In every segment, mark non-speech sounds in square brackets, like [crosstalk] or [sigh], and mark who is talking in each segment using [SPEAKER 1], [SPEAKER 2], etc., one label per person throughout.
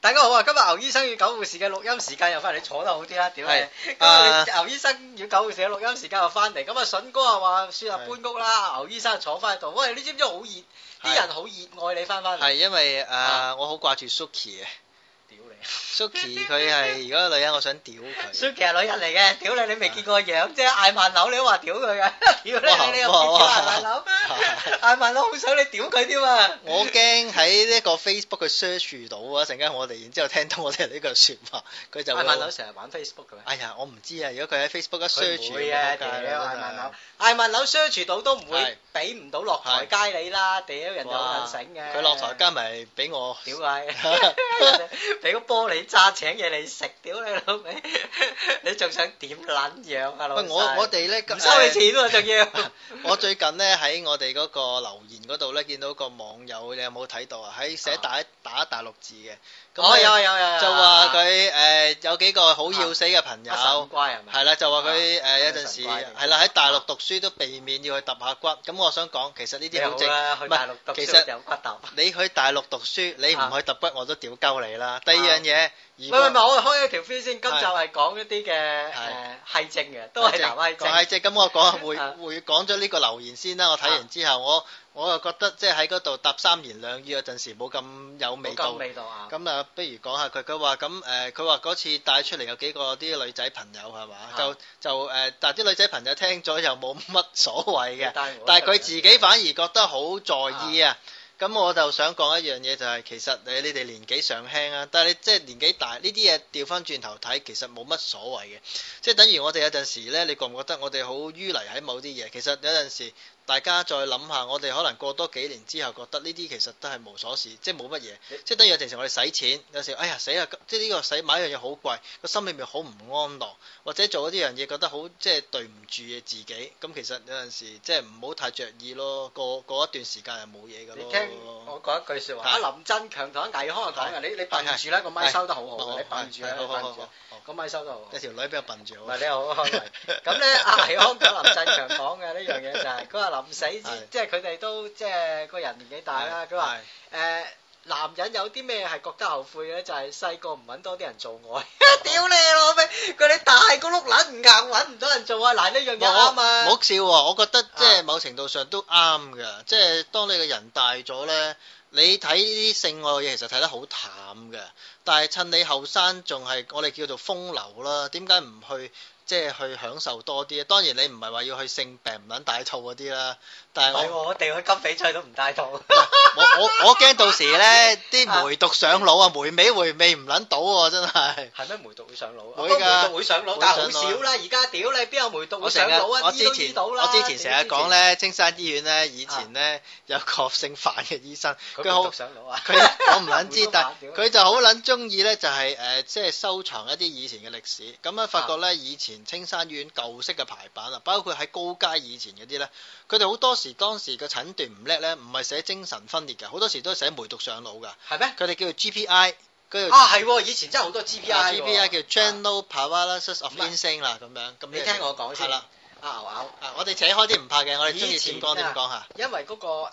[SPEAKER 1] 大家好啊！今日牛醫生與狗護士嘅錄音時間又翻嚟，你坐得好啲啦，屌
[SPEAKER 2] 係
[SPEAKER 1] 你！
[SPEAKER 2] 啊
[SPEAKER 1] 今日牛醫生與狗護士嘅錄音時間又翻嚟，咁啊，筍哥啊話雪啊搬屋啦，牛醫生坐翻喺度。喂，你知唔知好熱？啲
[SPEAKER 2] 係
[SPEAKER 1] 人好熱愛你翻翻嚟。
[SPEAKER 2] 係因為
[SPEAKER 1] 啊
[SPEAKER 2] 誒，我好掛住 Suki 嘅
[SPEAKER 1] 屌你 [laughs]
[SPEAKER 2] ，Suki 佢係如果女人，我想屌佢。
[SPEAKER 1] ！Suki 係女人嚟嘅，屌你！你未見過個樣啫，艾曼柳你都話屌佢嘅，屌
[SPEAKER 2] 哇
[SPEAKER 1] 你！你又唔見過艾曼柳
[SPEAKER 2] [laughs] 哇
[SPEAKER 1] 咩？艾曼柳好想你屌佢添啊！
[SPEAKER 2] 我驚喺呢個 Facebook 佢 search 到啊，陣間我哋然之後聽到我哋呢句説話，佢就
[SPEAKER 1] 艾曼柳
[SPEAKER 2] 會。
[SPEAKER 1] 成日玩 Facebook 嘅咩？
[SPEAKER 2] 哎呀，我唔知啊！如果佢喺 Facebook 一
[SPEAKER 1] 佢
[SPEAKER 2] search，
[SPEAKER 1] 唔會啊！
[SPEAKER 2] 就
[SPEAKER 1] 屌
[SPEAKER 2] 仆街
[SPEAKER 1] 艾
[SPEAKER 2] 啦
[SPEAKER 1] 文樓，艾文樓 search 到都唔
[SPEAKER 2] 係
[SPEAKER 1] 會俾唔到落台階你啦！屌人哋好撚醒嘅，
[SPEAKER 2] 佢落台加埋俾我，
[SPEAKER 1] [laughs] 屌佢，人哋俾個玻璃渣請嘢你食，屌你老 [laughs] 味，你仲想點撚樣啊老
[SPEAKER 2] 喂
[SPEAKER 1] 細？
[SPEAKER 2] 我我哋咧，
[SPEAKER 1] 唔收你錢喎，仲要
[SPEAKER 2] 我最近咧喺我哋嗰個留言嗰度咧，見到個網友，你有冇睇到啊？喺寫打打大陸字嘅，
[SPEAKER 1] 哦
[SPEAKER 2] 咧
[SPEAKER 1] 有啊有啊有啊
[SPEAKER 2] 就話佢誒有幾個好要死嘅朋友，
[SPEAKER 1] 阿神乖係咪？
[SPEAKER 2] 係啦，就話佢
[SPEAKER 1] 啊
[SPEAKER 2] 誒有陣時
[SPEAKER 1] 神怪嚟
[SPEAKER 2] 係啦喺大陸讀書都避免要去揼下骨，咁我想講其實呢
[SPEAKER 1] 你
[SPEAKER 2] 啲
[SPEAKER 1] 好
[SPEAKER 2] 好正，
[SPEAKER 1] 啦，去大陸讀
[SPEAKER 2] 其實
[SPEAKER 1] 書有骨頭。
[SPEAKER 2] 你去大陸讀書，你唔去揼骨我都屌鳩你啦。第二樣嘢，
[SPEAKER 1] 喂
[SPEAKER 2] 如
[SPEAKER 1] 喂，
[SPEAKER 2] 果
[SPEAKER 1] 唔係我開一條飛先，今集係講一啲嘅誒
[SPEAKER 2] 係
[SPEAKER 1] 閪症嘅，都係男閪症
[SPEAKER 2] 講。係即咁，
[SPEAKER 1] [laughs]
[SPEAKER 2] 我講下會
[SPEAKER 1] 啊
[SPEAKER 2] 會講咗呢個留言先啦。我睇完之後，我我又覺得即係喺嗰度搭三言兩語嗰陣時冇咁有味
[SPEAKER 1] 冇咁
[SPEAKER 2] 道。
[SPEAKER 1] 味道啊！
[SPEAKER 2] 咁啊，不如講下佢。佢話咁誒，佢話嗰次帶出嚟有幾個啲女仔朋友係嘛？
[SPEAKER 1] 啊
[SPEAKER 2] 就就誒、但係啲女仔朋友聽咗又冇乜所謂嘅，
[SPEAKER 1] 但係我
[SPEAKER 2] 但係佢自己反而覺得好在意啊。咁我就想講一樣嘢，就係其實你你哋年紀尚輕啊，但係你即係年紀大呢啲嘢調翻轉頭睇，其實冇乜所謂嘅，即係等於我哋有陣時咧，你覺唔覺得我哋好淤泥喺某啲嘢？其實有陣時大家再諗下，我哋可能過多幾年之後，覺得呢啲其實都係無所事，即係冇乜嘢。即係等於有陣時我哋使錢，有時哎呀死啊！即係呢個使買一樣嘢好貴，個心裏面好唔安樂，或者做咗呢樣嘢覺得好即係對唔住嘅自己。咁其實有陣時即係唔好太着意咯，過過一段時間就冇嘢噶
[SPEAKER 1] 你
[SPEAKER 2] 咯。
[SPEAKER 1] 聽哦我講一句説話，
[SPEAKER 2] 係
[SPEAKER 1] 阿林振強同阿倪康講嘅，你你笨住啦，個咪收得好好
[SPEAKER 2] 哦
[SPEAKER 1] 嘅，哦你笨住啦，你笨住啦，個咪收得好好
[SPEAKER 2] 有。條女比較笨住
[SPEAKER 1] 唔
[SPEAKER 2] 我。
[SPEAKER 1] 係你啊好開
[SPEAKER 2] [laughs]
[SPEAKER 1] 胃。咁咧，阿倪康同林振強講嘅呢樣嘢就係，佢話臨死之，
[SPEAKER 2] 係
[SPEAKER 1] 即係佢哋都即係個人年紀大啦。佢話誒男人有啲咩係覺得後悔咧，就係細個唔揾多啲人做
[SPEAKER 2] [laughs]
[SPEAKER 1] 愛。屌你老味！佢哋大個碌撚唔硬揾唔到人做愛，嗱呢樣嘢啱啊！
[SPEAKER 2] 唔好笑喎，我覺得即係某程度上都啱嘅，即係當你個人大咗咧，你睇呢啲性愛嘅嘢其實睇得好淡嘅，但係趁你後生仲係我哋叫做風流啦，點解唔去？即係去享受多啲，當然你唔係話要去性病唔撚大肚嗰啲啦，但係
[SPEAKER 1] 係喎， [laughs]
[SPEAKER 2] 我
[SPEAKER 1] 我哋去金翡翠都唔帶套。
[SPEAKER 2] 我我我驚到時咧啲梅毒上腦啊，梅尾回味唔撚到喎，真
[SPEAKER 1] [laughs]
[SPEAKER 2] 係。
[SPEAKER 1] 係咩梅毒會上腦？
[SPEAKER 2] 會
[SPEAKER 1] 不過
[SPEAKER 2] 㗎
[SPEAKER 1] 梅毒會上腦，
[SPEAKER 2] 會
[SPEAKER 1] 但係
[SPEAKER 2] 上
[SPEAKER 1] 好
[SPEAKER 2] 腦
[SPEAKER 1] 少啦。而家屌你，邊有梅毒會
[SPEAKER 2] 我
[SPEAKER 1] 上
[SPEAKER 2] 成日
[SPEAKER 1] 腦啊？
[SPEAKER 2] 我
[SPEAKER 1] 醫
[SPEAKER 2] 之
[SPEAKER 1] 都醫
[SPEAKER 2] 前
[SPEAKER 1] 到啦。
[SPEAKER 2] 我之前成日講咧，青山醫院咧以前
[SPEAKER 1] 啊
[SPEAKER 2] 咧有個姓范嘅醫生，
[SPEAKER 1] 屌，
[SPEAKER 2] 佢
[SPEAKER 1] 佢梅
[SPEAKER 2] 好
[SPEAKER 1] 毒。上腦啊！
[SPEAKER 2] 佢 [laughs] 我唔撚知，但
[SPEAKER 1] 屌
[SPEAKER 2] 佢就好撚中意咧，就係、誒、即係收藏一啲以前嘅歷史。咁啊，發覺咧，以前青山醫院舊式嘅排版啊，包括喺高街以前嗰啲咧，佢哋好多時當時嘅診斷唔叻咧，唔係寫精神分裂嘅，好多時都係寫梅毒上腦㗎。
[SPEAKER 1] 係咩？
[SPEAKER 2] 佢哋叫做 GPI，佢
[SPEAKER 1] 啊係喎，以前真係好多 GPI 喎啊
[SPEAKER 2] GPI 叫 General Paralysis of
[SPEAKER 1] 唔係
[SPEAKER 2] Insane 啦，咁樣。咁
[SPEAKER 1] 你聽我講先
[SPEAKER 2] 係啦，
[SPEAKER 1] 啊牛牛，
[SPEAKER 2] 啊，我哋扯開啲唔怕嘅，我哋中意
[SPEAKER 1] 以
[SPEAKER 2] 點
[SPEAKER 1] 前
[SPEAKER 2] 講點
[SPEAKER 1] 啊
[SPEAKER 2] 講嚇。
[SPEAKER 1] 因為嗰個誒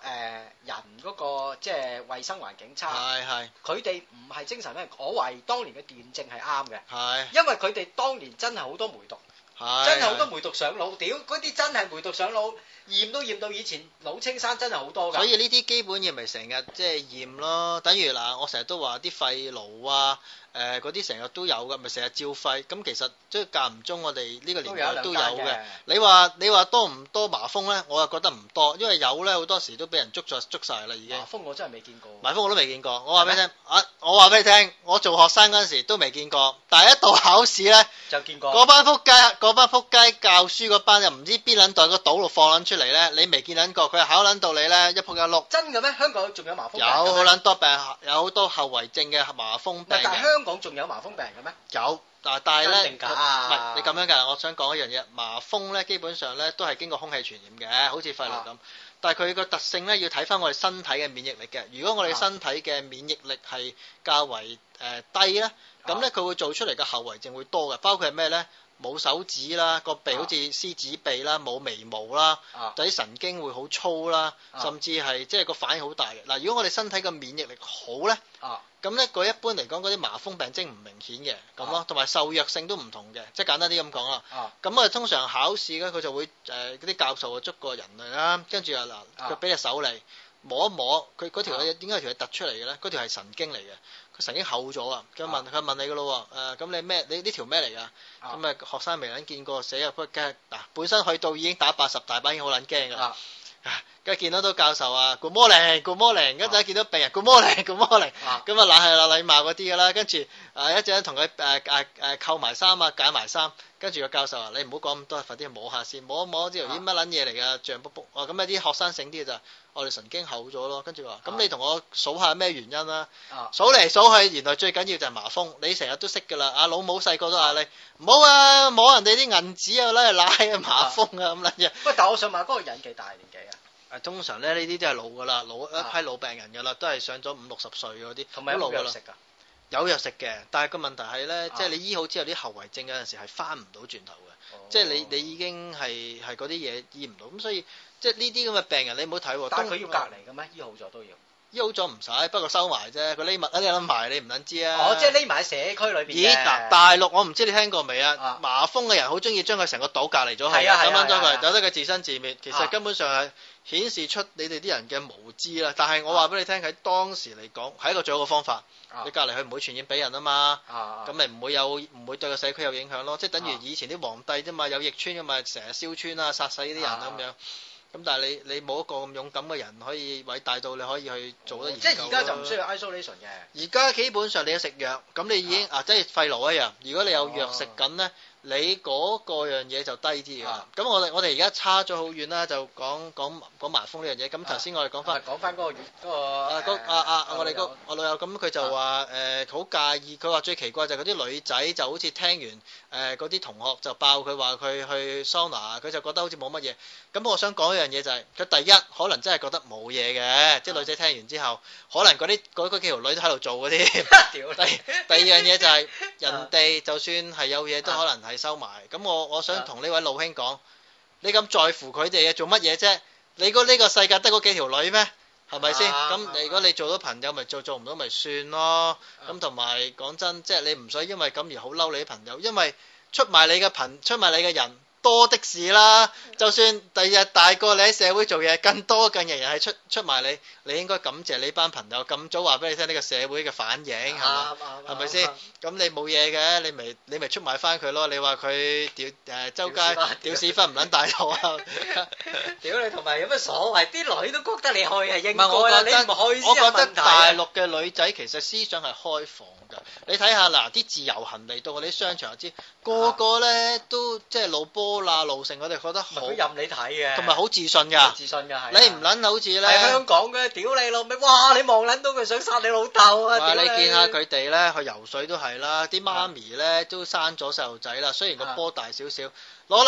[SPEAKER 1] 人嗰個即係衞生環境差，
[SPEAKER 2] 係係
[SPEAKER 1] 佢哋唔係精神病，我懷疑當年嘅電症係啱嘅，
[SPEAKER 2] 係
[SPEAKER 1] 因為佢哋當年真係好多梅毒。
[SPEAKER 2] 係。
[SPEAKER 1] 真係好多梅毒上腦，屌嗰啲真係梅毒上腦，驗都驗到以前老青山真係好多㗎。
[SPEAKER 2] 所以呢啲基本嘢咪成日即係驗咯，等於嗱，我成日都話啲肺癆啊，誒嗰啲成日都有嘅，咪成日照肺。咁其實即係間唔中，我哋呢個年代都有
[SPEAKER 1] 都有一兩間嘅
[SPEAKER 2] 嘅。你話你話多唔多麻風咧？我又覺得唔多，因為有咧好多時都俾人捉咗捉晒啦已經
[SPEAKER 1] 麻。風我真係未見過。
[SPEAKER 2] 麻風我都未見過，我話俾你聽，啊我話俾你聽，我做學生嗰陣時都未見過，但係一到考試咧，
[SPEAKER 1] 就見過。
[SPEAKER 2] 嗰班撲街嗰班撲街教書嗰班又唔知邊撚袋個島度放撚出嚟咧，你未見撚過，佢係考撚到你咧一撲一碌。
[SPEAKER 1] 真嘅咩？香港仲有麻風病
[SPEAKER 2] 有
[SPEAKER 1] 嘅咩
[SPEAKER 2] 好撚多病，有好多後遺症嘅麻風
[SPEAKER 1] 唔
[SPEAKER 2] 病
[SPEAKER 1] 係，但係
[SPEAKER 2] 嘅
[SPEAKER 1] 香港仲有麻風病嘅咩？
[SPEAKER 2] 有，但但係
[SPEAKER 1] 真
[SPEAKER 2] 咧，
[SPEAKER 1] 定
[SPEAKER 2] 唔
[SPEAKER 1] 假
[SPEAKER 2] 係你咁樣㗎。我想講一樣嘢，麻風咧基本上咧都係經過空氣傳染嘅，好似肺
[SPEAKER 1] 啊
[SPEAKER 2] 癆咁。但係佢個特性咧要睇翻我哋身體嘅免疫力嘅。如果我哋
[SPEAKER 1] 啊
[SPEAKER 2] 身體嘅免疫力
[SPEAKER 1] 啊
[SPEAKER 2] 係較為誒低咧，咁咧佢會做出嚟嘅後遺症會多嘅，包括係咩咧？冇手指啦，個鼻好似獅子鼻啦，冇眉毛啦，
[SPEAKER 1] 啊
[SPEAKER 2] 啲神經會好粗啦，
[SPEAKER 1] 啊
[SPEAKER 2] 甚至係即係個反應好大嘅。嗱，如果我哋身體嘅免疫力好咧，
[SPEAKER 1] 啊
[SPEAKER 2] 咁咧佢一般嚟講嗰啲麻風病徵唔明顯嘅咁咯
[SPEAKER 1] 啊，
[SPEAKER 2] 同埋受藥性都唔同嘅，即係簡單啲咁講啦。
[SPEAKER 1] 啊
[SPEAKER 2] 咁啊，通常考試咧，佢就會誒嗰啲教授啊捉個人嚟啦，跟住啊嗱，
[SPEAKER 1] 啊
[SPEAKER 2] 佢俾隻手嚟摸一摸，佢嗰條
[SPEAKER 1] 啊
[SPEAKER 2] 嘢點解條嘢突出嚟嘅咧？嗰條係神經嚟嘅，佢神經厚咗啊！佢
[SPEAKER 1] 啊
[SPEAKER 2] 問佢問你嘅咯喎，誒呃咁你咩？你呢條咩嚟㗎？
[SPEAKER 1] 啊
[SPEAKER 2] 咁啊學生未撚見過，寫入骨梗係嗱，本身去到已經打八十大板已經好撚驚㗎啦。
[SPEAKER 1] 啊
[SPEAKER 2] 跟住見到都教授啊，good morning，good morning，跟住一見到病人 good morning，good morning，
[SPEAKER 1] 啊
[SPEAKER 2] 咁啊懶係啦禮貌嗰啲噶啦，跟住啊一陣同佢誒誒誒扣埋衫啊解埋衫，跟住個教授啊你唔好講咁多，快啲摸下先，摸一摸之後咦乜撚嘢嚟㗎，脹卜卜，哦咁有啲學生醒啲嘅就我哋神經厚咗咯，跟住話咁你同我數下咩原因啦、
[SPEAKER 1] 啊
[SPEAKER 2] 數嚟數去，原來最緊要就係麻風，你成日都識㗎啦，阿老母細個都嗌你唔好啊摸人哋啲銀紙啊，拉嚟拉啊麻風啊咁撚嘢。
[SPEAKER 1] 喂，但我想問嗰個人幾大年紀啊？
[SPEAKER 2] 誒 [laughs] 通常咧呢啲都係老噶啦，老一
[SPEAKER 1] 啊
[SPEAKER 2] 批老病人噶啦，都係上咗五六十歲嗰啲，
[SPEAKER 1] 同埋有
[SPEAKER 2] 好
[SPEAKER 1] 冇
[SPEAKER 2] 老㗎
[SPEAKER 1] 藥
[SPEAKER 2] 啦
[SPEAKER 1] 食啊？
[SPEAKER 2] 有藥食嘅，但係個問題係咧，
[SPEAKER 1] 啊
[SPEAKER 2] 即係你醫好之後啲後遺症有陣時係翻唔到轉頭嘅，
[SPEAKER 1] 哦
[SPEAKER 2] 即係你你已經係係嗰啲嘢醫唔到，咁所以即係呢啲咁嘅病人你唔好睇喎。
[SPEAKER 1] 但係佢要
[SPEAKER 2] 通
[SPEAKER 1] 隔離嘅咩？醫好咗都要。
[SPEAKER 2] 醫好咗唔使，不過收埋啫，佢匿密啊，你諗埋你唔撚知啊。
[SPEAKER 1] 哦，即係匿埋喺社區裏邊
[SPEAKER 2] 咦
[SPEAKER 1] 嘅。
[SPEAKER 2] 嗱，大陸我唔知你聽過未啊
[SPEAKER 1] 啊？
[SPEAKER 2] 麻風嘅人好中意將佢成個島隔離咗佢，
[SPEAKER 1] 係啊係啊
[SPEAKER 2] 咁樣咗
[SPEAKER 1] 係啊係
[SPEAKER 2] 佢，
[SPEAKER 1] 啊
[SPEAKER 2] 由得佢自生自滅。其實
[SPEAKER 1] 啊
[SPEAKER 2] 根本上係顯示出你哋啲人嘅無知啦。但係我話俾你聽，喺當時嚟講係一個最好嘅方法
[SPEAKER 1] 啊。
[SPEAKER 2] 你隔離佢唔會傳染俾人啊嘛，
[SPEAKER 1] 啊啊
[SPEAKER 2] 咁咪唔會有唔會對個社區有影響咯。即係等於
[SPEAKER 1] 啊
[SPEAKER 2] 以前啲皇帝啫嘛，有疫村噶嘛，成日燒村啊，殺死啲人啊咁樣。咁但係你你冇一個咁勇敢嘅人可以偉大到你可以去做得研
[SPEAKER 1] 哦即
[SPEAKER 2] 究
[SPEAKER 1] 係而家就
[SPEAKER 2] 啦
[SPEAKER 1] 唔需要 isolation 嘅。
[SPEAKER 2] 而家基本上你要食藥，咁你已經啊，即係肺癆一樣。如果你
[SPEAKER 1] 哦
[SPEAKER 2] 有藥食緊咧，你嗰個樣嘢就低啲㗎
[SPEAKER 1] 啊
[SPEAKER 2] 啦。咁我哋我哋而家差咗好遠啦，就講講講麻風呢樣嘢。咁頭先我哋講翻
[SPEAKER 1] 咪講翻嗰個月嗰個
[SPEAKER 2] 啊嗰
[SPEAKER 1] 誒
[SPEAKER 2] 啊啊我
[SPEAKER 1] 老
[SPEAKER 2] 哋個
[SPEAKER 1] 友
[SPEAKER 2] 我老友咁佢就話誒好介意，佢話最奇怪就係嗰啲女仔就好似聽完誒嗰啲同學就爆佢話佢去桑拿，佢就覺得好似冇乜嘢。咁我想講一樣嘢就係佢第一可能真係覺得冇嘢嘅，即係女仔聽完之後，可能嗰啲嗰嗰幾條女都喺度做嗰啲。 [laughs]
[SPEAKER 1] 屌
[SPEAKER 2] 第
[SPEAKER 1] 你 [laughs]
[SPEAKER 2] 第二樣嘢就係人哋就算係有嘢都可能係收埋，咁我我想同呢位老兄講，你咁在乎佢哋嘅做乜嘢啫？你嗰呢個世界得嗰幾條女咩？係咪先？
[SPEAKER 1] 啊
[SPEAKER 2] 咁你如果你做到朋友咪做，做唔到咪算咯。咁同埋講真，即係你唔使因為咁而好嬲你啲朋友，因為出賣你嘅朋出賣你嘅人多的是啦。就算第日大個你喺社會做嘢，更多更人人係出出賣你，你應該感謝你班朋友咁早話俾你聽呢個社會嘅反應係嘛？
[SPEAKER 1] 啱啱
[SPEAKER 2] 係咪
[SPEAKER 1] 啱
[SPEAKER 2] 先
[SPEAKER 1] 啱？
[SPEAKER 2] 咁你冇嘢嘅，你咪你咪出賣翻佢咯。你話佢屌誒周街屌
[SPEAKER 1] 屌屎
[SPEAKER 2] 屎忽唔撚大佬啊！
[SPEAKER 1] 屌你，同埋有乜所謂？啲女都覺得你去係應
[SPEAKER 2] 唔係我
[SPEAKER 1] 該啦，
[SPEAKER 2] 覺
[SPEAKER 1] [laughs] 你
[SPEAKER 2] 得
[SPEAKER 1] 唔去先
[SPEAKER 2] 我覺
[SPEAKER 1] 有
[SPEAKER 2] 得
[SPEAKER 1] 問題
[SPEAKER 2] 大
[SPEAKER 1] 啊。
[SPEAKER 2] 陸嘅女仔其實思想係開放㗎。你睇下嗱，啲自由行嚟到我哋啲商場就知，個個咧都即係露波啦、露成，我哋覺得
[SPEAKER 1] 啊唔
[SPEAKER 2] 好
[SPEAKER 1] 係佢任你睇嘅，
[SPEAKER 2] 同埋好自信㗎。
[SPEAKER 1] 自信㗎係啊。
[SPEAKER 2] 你唔撚好似
[SPEAKER 1] 係啊
[SPEAKER 2] 咧
[SPEAKER 1] 香，港嘅，屌你老味！哇，你望撚到佢想殺你老豆啊！
[SPEAKER 2] 哇！
[SPEAKER 1] 屌
[SPEAKER 2] 你見下佢哋咧去游水都係啦，啲媽咪咧都生咗細路仔啦，雖然個
[SPEAKER 1] 啊
[SPEAKER 2] 波大少少，攞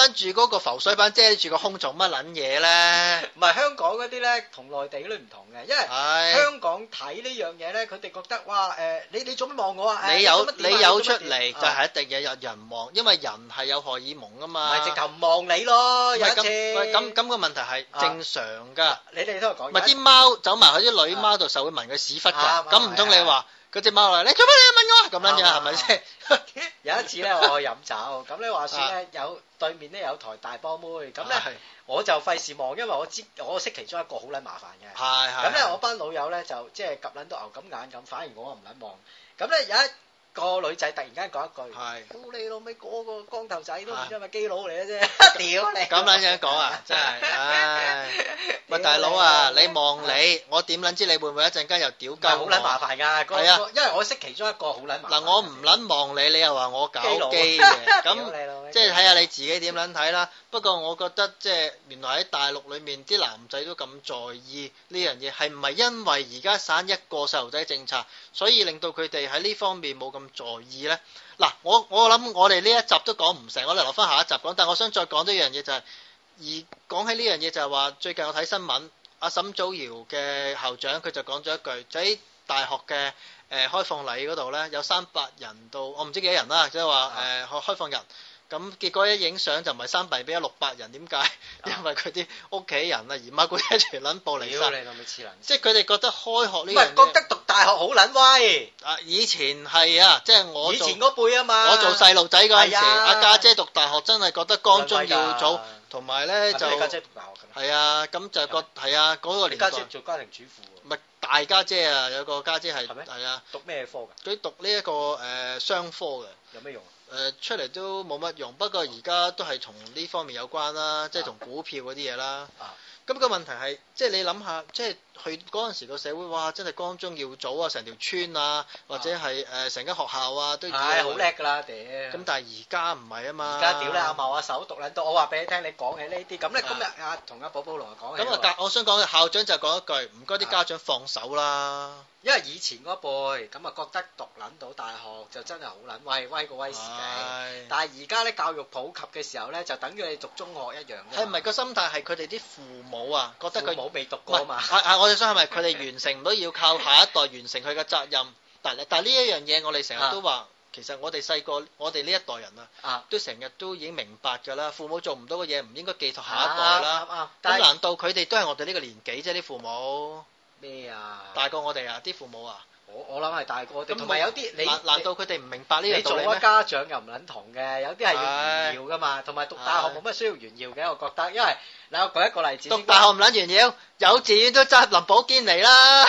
[SPEAKER 2] 撚住嗰個浮水板遮住個胸做乜撚嘢咧？
[SPEAKER 1] 唔係香港嗰啲咧，同內地嗰啲唔同嘅，因為
[SPEAKER 2] 係，
[SPEAKER 1] 香港睇呢樣嘢咧，佢哋覺得哇誒，你你做乜望我啊？誒
[SPEAKER 2] 你有
[SPEAKER 1] 做乜點啊
[SPEAKER 2] 你有
[SPEAKER 1] 你做
[SPEAKER 2] 出
[SPEAKER 1] 乜點
[SPEAKER 2] 嚟就
[SPEAKER 1] 啊
[SPEAKER 2] 係一定有人望，因為人係有荷爾蒙噶
[SPEAKER 1] 唔
[SPEAKER 2] 嘛。
[SPEAKER 1] 係直頭唔望你咯，
[SPEAKER 2] 唔
[SPEAKER 1] 有一
[SPEAKER 2] 係
[SPEAKER 1] 次
[SPEAKER 2] 咁，喂咁咁個問題係
[SPEAKER 1] 啊
[SPEAKER 2] 正常噶，
[SPEAKER 1] 你哋都係講
[SPEAKER 2] 唔係啲貓走埋去啲女貓度就會聞佢屎忽
[SPEAKER 1] 啊
[SPEAKER 2] 㗎，咁唔通你
[SPEAKER 1] 啱
[SPEAKER 2] 話嗰只貓嚟你做乜你問我啊咁撚
[SPEAKER 1] 啱
[SPEAKER 2] 樣
[SPEAKER 1] 啊
[SPEAKER 2] 係咪先？
[SPEAKER 1] 有一次咧，我去飲酒，咁咧話説咧，有對面咧有台大波妹，咁咧
[SPEAKER 2] 係
[SPEAKER 1] 我就費事望，因為我知我識其中一個好撚麻煩嘅。
[SPEAKER 2] [laughs] 係係
[SPEAKER 1] 咁咧我班老友咧就即係夾撚到牛咁眼咁，反而我唔撚望。咁咧有一個女仔突然間講一句：
[SPEAKER 2] 係
[SPEAKER 1] 屌你老味，嗰個光頭仔都唔
[SPEAKER 2] 啊
[SPEAKER 1] 知係咪基佬嚟嘅啫， [laughs] 屌你！
[SPEAKER 2] 咁撚樣講啊，真係唉！
[SPEAKER 1] [laughs]
[SPEAKER 2] 喂大佬啊，你望你，我點撚知你會唔會一陣間又屌
[SPEAKER 1] 唔係
[SPEAKER 2] 鳩
[SPEAKER 1] 好
[SPEAKER 2] 我
[SPEAKER 1] 撚麻煩㗎，嗰
[SPEAKER 2] 係啊
[SPEAKER 1] 個因為我識其中一個好撚麻煩。
[SPEAKER 2] 嗱，我唔撚望你，你又話我搞
[SPEAKER 1] 基佬 [laughs]
[SPEAKER 2] 基嘅，
[SPEAKER 1] 屌
[SPEAKER 2] 咁
[SPEAKER 1] 你老味，
[SPEAKER 2] 即係睇下你自己點撚睇啦。不過我覺得即係原來喺大陸裏面啲男仔都咁在意呢樣嘢，係唔係因為而家省一個細路仔政策，所以令到佢哋喺呢方面冇咁在意呢？嗱，我我諗我哋呢一集都講唔成，我哋留翻下一集講。但我想再講多一樣嘢就係、而講起呢樣嘢就係話，最近我睇新聞，阿沈祖堯嘅校長佢就講咗一句，就喺大學嘅誒、呃呃、開放禮嗰度呢，有三百人到，我唔知幾多人啦，即係話誒開開放人。咁結果一影相就唔係三百，俾一六百人，點解？因為佢啲屋企人啊、姨媽姑姐全撚報嚟
[SPEAKER 3] 屌
[SPEAKER 2] 晒，
[SPEAKER 3] 你老味黐撚線，
[SPEAKER 2] 即係佢哋覺得開學
[SPEAKER 1] 唔
[SPEAKER 2] 呢
[SPEAKER 1] 係
[SPEAKER 2] 樣嘢
[SPEAKER 1] 覺得讀大學好撚威，
[SPEAKER 2] 啊，以前係啊，即係我
[SPEAKER 1] 以
[SPEAKER 2] 做
[SPEAKER 1] 前嗰輩啊嘛。
[SPEAKER 2] 我做細路仔嗰陣時，
[SPEAKER 1] 係啊
[SPEAKER 2] 阿家姐讀大學真係覺得光宗耀祖，同埋咧
[SPEAKER 1] 啊
[SPEAKER 2] 就
[SPEAKER 3] 係咪你家姐讀大學㗎咩？
[SPEAKER 2] 係啊，咁就覺係啊嗰個
[SPEAKER 3] 你
[SPEAKER 2] 年
[SPEAKER 3] 家
[SPEAKER 2] 代
[SPEAKER 3] 姐做家庭主婦喎，
[SPEAKER 2] 咪大家姐啊，有個家姐係
[SPEAKER 3] 係咩
[SPEAKER 2] 係啊，
[SPEAKER 3] 讀咩科㗎？
[SPEAKER 2] 佢讀呢一個誒商科嘅。
[SPEAKER 3] 有咩用啊？
[SPEAKER 2] 誒、出嚟都冇乜用，不過而家都係同呢方面有關
[SPEAKER 1] 啊
[SPEAKER 2] 啦，即係同股票嗰啲嘢啦
[SPEAKER 3] 啊。
[SPEAKER 2] 咁、個問題係，即係你諗下，即係佢嗰陣時個社會，哇！真係光宗耀祖啊，成條村啊，或者係誒成間學校啊，都以為
[SPEAKER 1] 唉，好叻。㗎啦，屌！
[SPEAKER 2] 咁但係而家唔係啊嘛。
[SPEAKER 1] 而家屌你阿！茂阿手讀撚到，我話俾你聽，你講起呢啲，咁你今日啊同阿寶寶龍講起
[SPEAKER 2] 咁啊，
[SPEAKER 1] 喎，
[SPEAKER 2] 但我想講嘅校長就講一句，唔該啲家長放手啦。
[SPEAKER 1] 因為以前嗰輩咁啊覺得讀撚到大學就真係好撚威，威過威士忌。
[SPEAKER 2] 係
[SPEAKER 1] 但係而家咧教育普及嘅時候咧，就等於你讀中學一樣啫嘛。
[SPEAKER 2] 係咪個心態係佢哋啲父母啊，覺得佢
[SPEAKER 1] 冇未讀
[SPEAKER 2] 唔
[SPEAKER 1] 過
[SPEAKER 2] 係
[SPEAKER 1] 啊嘛？
[SPEAKER 2] 係係我哋想係咪佢哋完成唔到要靠下一代完成佢嘅責任？但係但係呢一樣嘢，我哋成日都話，其實我哋細個，我哋呢一代人啊，
[SPEAKER 1] 啊
[SPEAKER 2] 都成日都已經明白㗎啦。父母做唔到嘅嘢，唔應該寄託下一代啦。
[SPEAKER 1] 啱啱啱
[SPEAKER 2] 咁
[SPEAKER 1] 啊但係
[SPEAKER 2] 難道佢哋都係我哋呢個年紀啫？啲父母
[SPEAKER 1] 咩啊？
[SPEAKER 2] 大過我哋啊，啲父母啊，
[SPEAKER 1] 我我諗係大過我哋，
[SPEAKER 2] 咁
[SPEAKER 1] 同埋
[SPEAKER 2] 冇
[SPEAKER 1] 有啲你
[SPEAKER 2] 難難道佢哋唔明白呢
[SPEAKER 1] 你
[SPEAKER 2] 樣道
[SPEAKER 1] 做
[SPEAKER 2] 理
[SPEAKER 1] 咗
[SPEAKER 2] 咩？
[SPEAKER 1] 家長又唔撚同嘅，有啲係要炫耀噶嘛，同埋讀大學冇乜需要炫耀嘅，我覺得，因為嗱我舉一個例子
[SPEAKER 2] 讀
[SPEAKER 1] 先，
[SPEAKER 2] 大
[SPEAKER 1] [laughs]
[SPEAKER 2] 學唔撚完嘢，幼稚園都執林寶堅尼啦。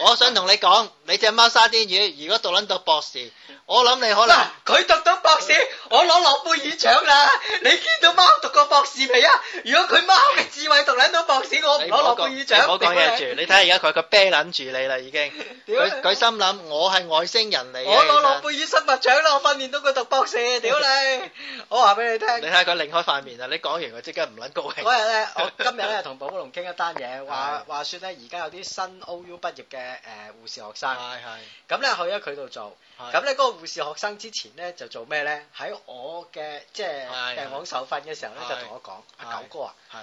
[SPEAKER 2] 我想同你講，你只貓沙甸魚，如果讀撚到博士，我諗你可能
[SPEAKER 1] 嗱。佢讀到博士，我攞諾貝爾獎啦！你見到貓讀過博士未啊？如果佢貓嘅智慧讀撚到博士，我唔
[SPEAKER 2] 你
[SPEAKER 1] 攞
[SPEAKER 2] 唔好
[SPEAKER 1] 諾
[SPEAKER 2] 講
[SPEAKER 1] 貝
[SPEAKER 2] 你唔好
[SPEAKER 1] 爾獎
[SPEAKER 2] 講嘢
[SPEAKER 1] 屌
[SPEAKER 2] 住，你睇下而家佢個啤撚住你啦已經。
[SPEAKER 1] 你！屌
[SPEAKER 2] 佢佢心諗我係外星人嚟
[SPEAKER 1] 你！
[SPEAKER 2] 嘅。
[SPEAKER 1] 我攞諾
[SPEAKER 2] 其
[SPEAKER 1] 貝
[SPEAKER 2] 實
[SPEAKER 1] 爾生物獎啦！我訓練到佢讀博士，屌你！我話俾你聽
[SPEAKER 2] 你。睇下佢擰開塊面啊！你講完佢即刻唔撚高興。
[SPEAKER 1] 嗰日咧，我
[SPEAKER 2] [laughs]
[SPEAKER 1] 今日咧同寶寶龍傾一單嘢，話
[SPEAKER 2] 係
[SPEAKER 1] 話説咧，而家有啲新 OU 畢業嘅誒護士學生，
[SPEAKER 2] 係係
[SPEAKER 1] 咁咧去咗佢度做，
[SPEAKER 2] 係
[SPEAKER 1] 咁咧嗰個護士學生之前咧就做咩咧？喺我嘅即係
[SPEAKER 2] 係
[SPEAKER 1] 病房受訓嘅時候咧，
[SPEAKER 2] 係
[SPEAKER 1] 就同我講：阿
[SPEAKER 2] 係
[SPEAKER 1] 九哥啊，
[SPEAKER 2] 係，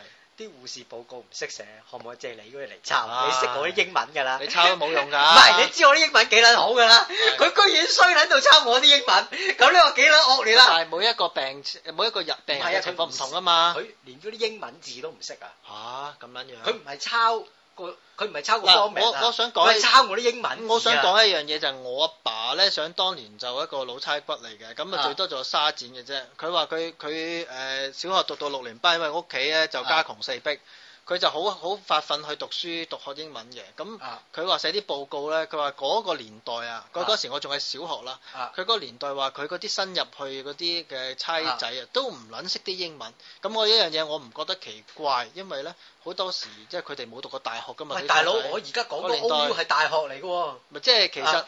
[SPEAKER 1] 啲護士報告唔識寫，可唔可以借你嗰啲嚟抄？你識我啲英文㗎啦
[SPEAKER 2] 你。抄都冇用㗎。
[SPEAKER 1] 唔係，你知我啲英文幾撚好㗎啦，佢居然衰喺度抄我啲英文，咁你話幾撚惡劣
[SPEAKER 2] 但
[SPEAKER 1] 啦？
[SPEAKER 2] 係每一個病每一個人病人
[SPEAKER 1] 唔係啊
[SPEAKER 2] 嘅情況唔同啊嘛。
[SPEAKER 1] 佢連嗰啲英文字都唔識啊！
[SPEAKER 2] 嚇咁撚樣。
[SPEAKER 1] 佢唔係抄個，佢唔係抄個
[SPEAKER 2] 嗱
[SPEAKER 1] format 啊
[SPEAKER 2] 我我想講
[SPEAKER 1] 佢係抄我啲英文。
[SPEAKER 2] 我想，講一樣嘢就係我阿爸咧，想當年就一個老差骨嚟嘅，咁
[SPEAKER 1] 啊
[SPEAKER 2] 啊最多做沙展嘅啫。佢話佢佢誒小學讀到六年班，因為屋企咧就家窮四逼，佢就好好發奮去讀書讀學英文嘅。咁
[SPEAKER 1] 啊
[SPEAKER 2] 佢話寫啲報告咧，佢話嗰個年代啊，佢
[SPEAKER 1] 啊
[SPEAKER 2] 嗰時我仲係小學啦，
[SPEAKER 1] 啊
[SPEAKER 2] 佢嗰個年代話佢嗰啲新入去嗰啲嘅差仔啊，都唔撚識啲英文。咁我一樣嘢我唔覺得奇怪，因為咧好多時即係佢哋冇讀過大學噶嘛。
[SPEAKER 1] 喂
[SPEAKER 2] 啲
[SPEAKER 1] 大佬，
[SPEAKER 2] 細仔
[SPEAKER 1] 我而家講
[SPEAKER 2] 嗰
[SPEAKER 1] 個
[SPEAKER 2] 年代
[SPEAKER 1] OU 係大學嚟嘅喎。
[SPEAKER 2] 咪即係其實、
[SPEAKER 1] 啊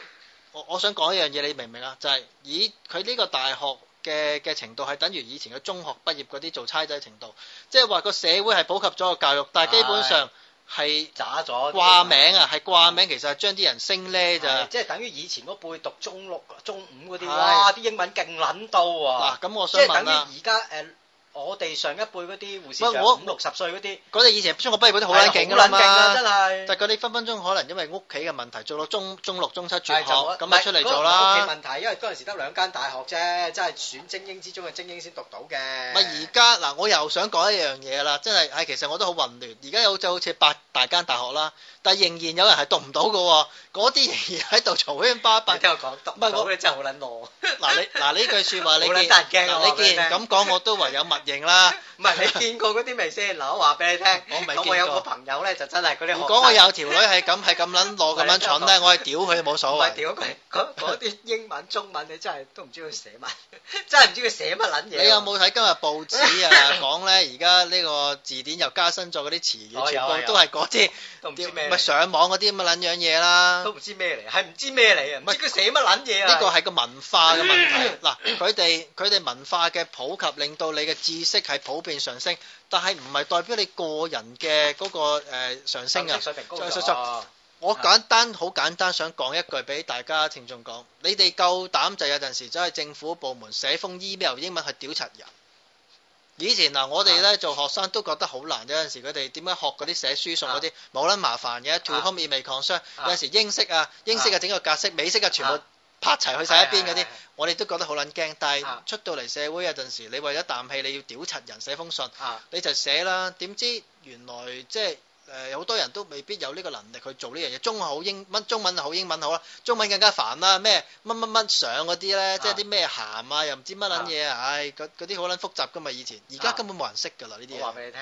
[SPEAKER 2] 我我想講一樣嘢，你明唔明啊？就係、以佢呢個大學嘅嘅程度係等於以前嘅中學畢業嗰啲做差仔程度，即係話個社會係普及咗個教育，但係基本上係
[SPEAKER 1] 渣咗
[SPEAKER 2] 掛名啊，係掛名，其實係將啲人升呢
[SPEAKER 1] 係
[SPEAKER 2] 咋。
[SPEAKER 1] 即係等於以前嗰輩讀中六、中五嗰啲，
[SPEAKER 2] 係
[SPEAKER 1] 哇！啲英文勁撚到
[SPEAKER 2] 嗱，
[SPEAKER 1] 啊！
[SPEAKER 2] 咁我
[SPEAKER 1] 即
[SPEAKER 2] 想
[SPEAKER 1] 係等
[SPEAKER 2] 問
[SPEAKER 1] 於
[SPEAKER 2] 啦，
[SPEAKER 1] 而家誒，我哋上一輩嗰啲護士
[SPEAKER 2] 喂
[SPEAKER 1] 長
[SPEAKER 2] 我
[SPEAKER 1] 五六十歲嗰啲，
[SPEAKER 2] 嗰啲以前中學畢業嗰啲好撚勁㗎
[SPEAKER 1] 係啊好
[SPEAKER 2] 啦
[SPEAKER 1] 撚勁啊
[SPEAKER 2] 嘛。
[SPEAKER 1] 真係。
[SPEAKER 2] 但係佢哋分分鐘可能因為屋企嘅問題，做到中中六、中七輟
[SPEAKER 1] 係
[SPEAKER 2] 學，
[SPEAKER 1] 就冇
[SPEAKER 2] 咁啊出
[SPEAKER 1] 唔係
[SPEAKER 2] 嚟做
[SPEAKER 1] 嗰個
[SPEAKER 2] 啦。
[SPEAKER 1] 唔係屋企問題，因為嗰陣時得兩間大學啫，真係選精英之中嘅精英先讀到嘅。
[SPEAKER 2] 咪而家嗱，我又想講一樣嘢啦，真係係其實我都好混亂。而家有就好似八大間大學啦，但係仍然有人係讀唔到嘅喎，嗰啲仍然喺度嘈喧巴
[SPEAKER 1] 你 [laughs]
[SPEAKER 2] 閉。
[SPEAKER 1] 聽我講，讀
[SPEAKER 2] 唔
[SPEAKER 1] 唔
[SPEAKER 2] 係
[SPEAKER 1] 到
[SPEAKER 2] 我
[SPEAKER 1] 你真係好
[SPEAKER 2] [laughs]
[SPEAKER 1] 撚攞。
[SPEAKER 2] 嗱你嗱呢句説話你
[SPEAKER 1] 好撚
[SPEAKER 2] 見，
[SPEAKER 1] 得人驚啊
[SPEAKER 2] 嗱
[SPEAKER 1] 我話
[SPEAKER 2] 你
[SPEAKER 1] 俾你
[SPEAKER 2] 既
[SPEAKER 1] 聽
[SPEAKER 2] 然咁講，我都唯有默
[SPEAKER 1] [laughs]
[SPEAKER 2] 認啦。
[SPEAKER 1] 唔係你見過嗰啲未先？嗱，我話俾你聽，
[SPEAKER 2] 我未
[SPEAKER 1] 咁我
[SPEAKER 2] 見
[SPEAKER 1] 有
[SPEAKER 2] 過
[SPEAKER 1] 個朋友咧，就真係嗰啲學
[SPEAKER 2] 如
[SPEAKER 1] 生
[SPEAKER 2] 果我有條女係咁係咁撚落咁樣蠢咧，我係屌佢冇
[SPEAKER 1] 唔
[SPEAKER 2] 所
[SPEAKER 1] 係
[SPEAKER 2] 謂。
[SPEAKER 1] 屌佢嗰嗰啲英文、中文，你真係都唔知佢寫乜， [laughs] 真係唔知佢寫乜撚嘢。
[SPEAKER 2] 你有冇睇今日報紙啊？
[SPEAKER 1] [laughs]
[SPEAKER 2] 講咧而家呢個字典又加新咗嗰啲詞
[SPEAKER 1] 我
[SPEAKER 2] 語，
[SPEAKER 1] 有
[SPEAKER 2] 全
[SPEAKER 1] 啊有
[SPEAKER 2] 部都係嗰啲
[SPEAKER 1] 都唔
[SPEAKER 2] 屌
[SPEAKER 1] 知咩
[SPEAKER 2] 咪
[SPEAKER 1] 嚟？
[SPEAKER 2] 上網嗰啲咁嘅撚樣嘢啦
[SPEAKER 1] 都。唔知咩嚟，係唔知咩嚟啊！唔知佢寫乜撚嘢啊！
[SPEAKER 2] 呢個係個文化嘅問題。嗱，佢哋佢哋文化嘅普及，令到你嘅知識係普遍上升，但係唔係代表你個人嘅嗰、個、呃、上升啊！
[SPEAKER 1] 水平高
[SPEAKER 2] 上上上
[SPEAKER 1] 咗，
[SPEAKER 2] 我簡單好簡單想講一句俾大家聽眾講，你哋夠膽就有陣時走去政府部門寫封 email 英文去屌柒人。以前嗱，我哋咧做學生都覺得好難，有陣時佢哋點樣學嗰啲寫書信嗰啲冇撚麻煩嘅，to home 啊意味擴商，有陣時英式啊，英式嘅整個格式，美式嘅全部拍齊去晒一邊
[SPEAKER 1] 係
[SPEAKER 2] 嗰
[SPEAKER 1] 係
[SPEAKER 2] 啲
[SPEAKER 1] 係，
[SPEAKER 2] 我哋都覺得好撚驚。但係
[SPEAKER 1] 啊
[SPEAKER 2] 出到嚟社會有陣時，你為咗啖氣，你要屌柒人寫封信，
[SPEAKER 1] 啊
[SPEAKER 2] 你就寫啦。點知原來即係。誒有好多人都未必有呢個能力去做呢樣嘢，中文好英文，中文好英文好啦，中文更加煩啦，咩乜乜乜上嗰啲咧，即係啲咩鹹啊，又唔知乜撚嘢啊，唉，嗰嗰啲好撚複雜噶嘛，以前，而家
[SPEAKER 1] 啊
[SPEAKER 2] 根本冇人識噶啦呢啲
[SPEAKER 1] 我話
[SPEAKER 2] 嘢，
[SPEAKER 1] 俾你聽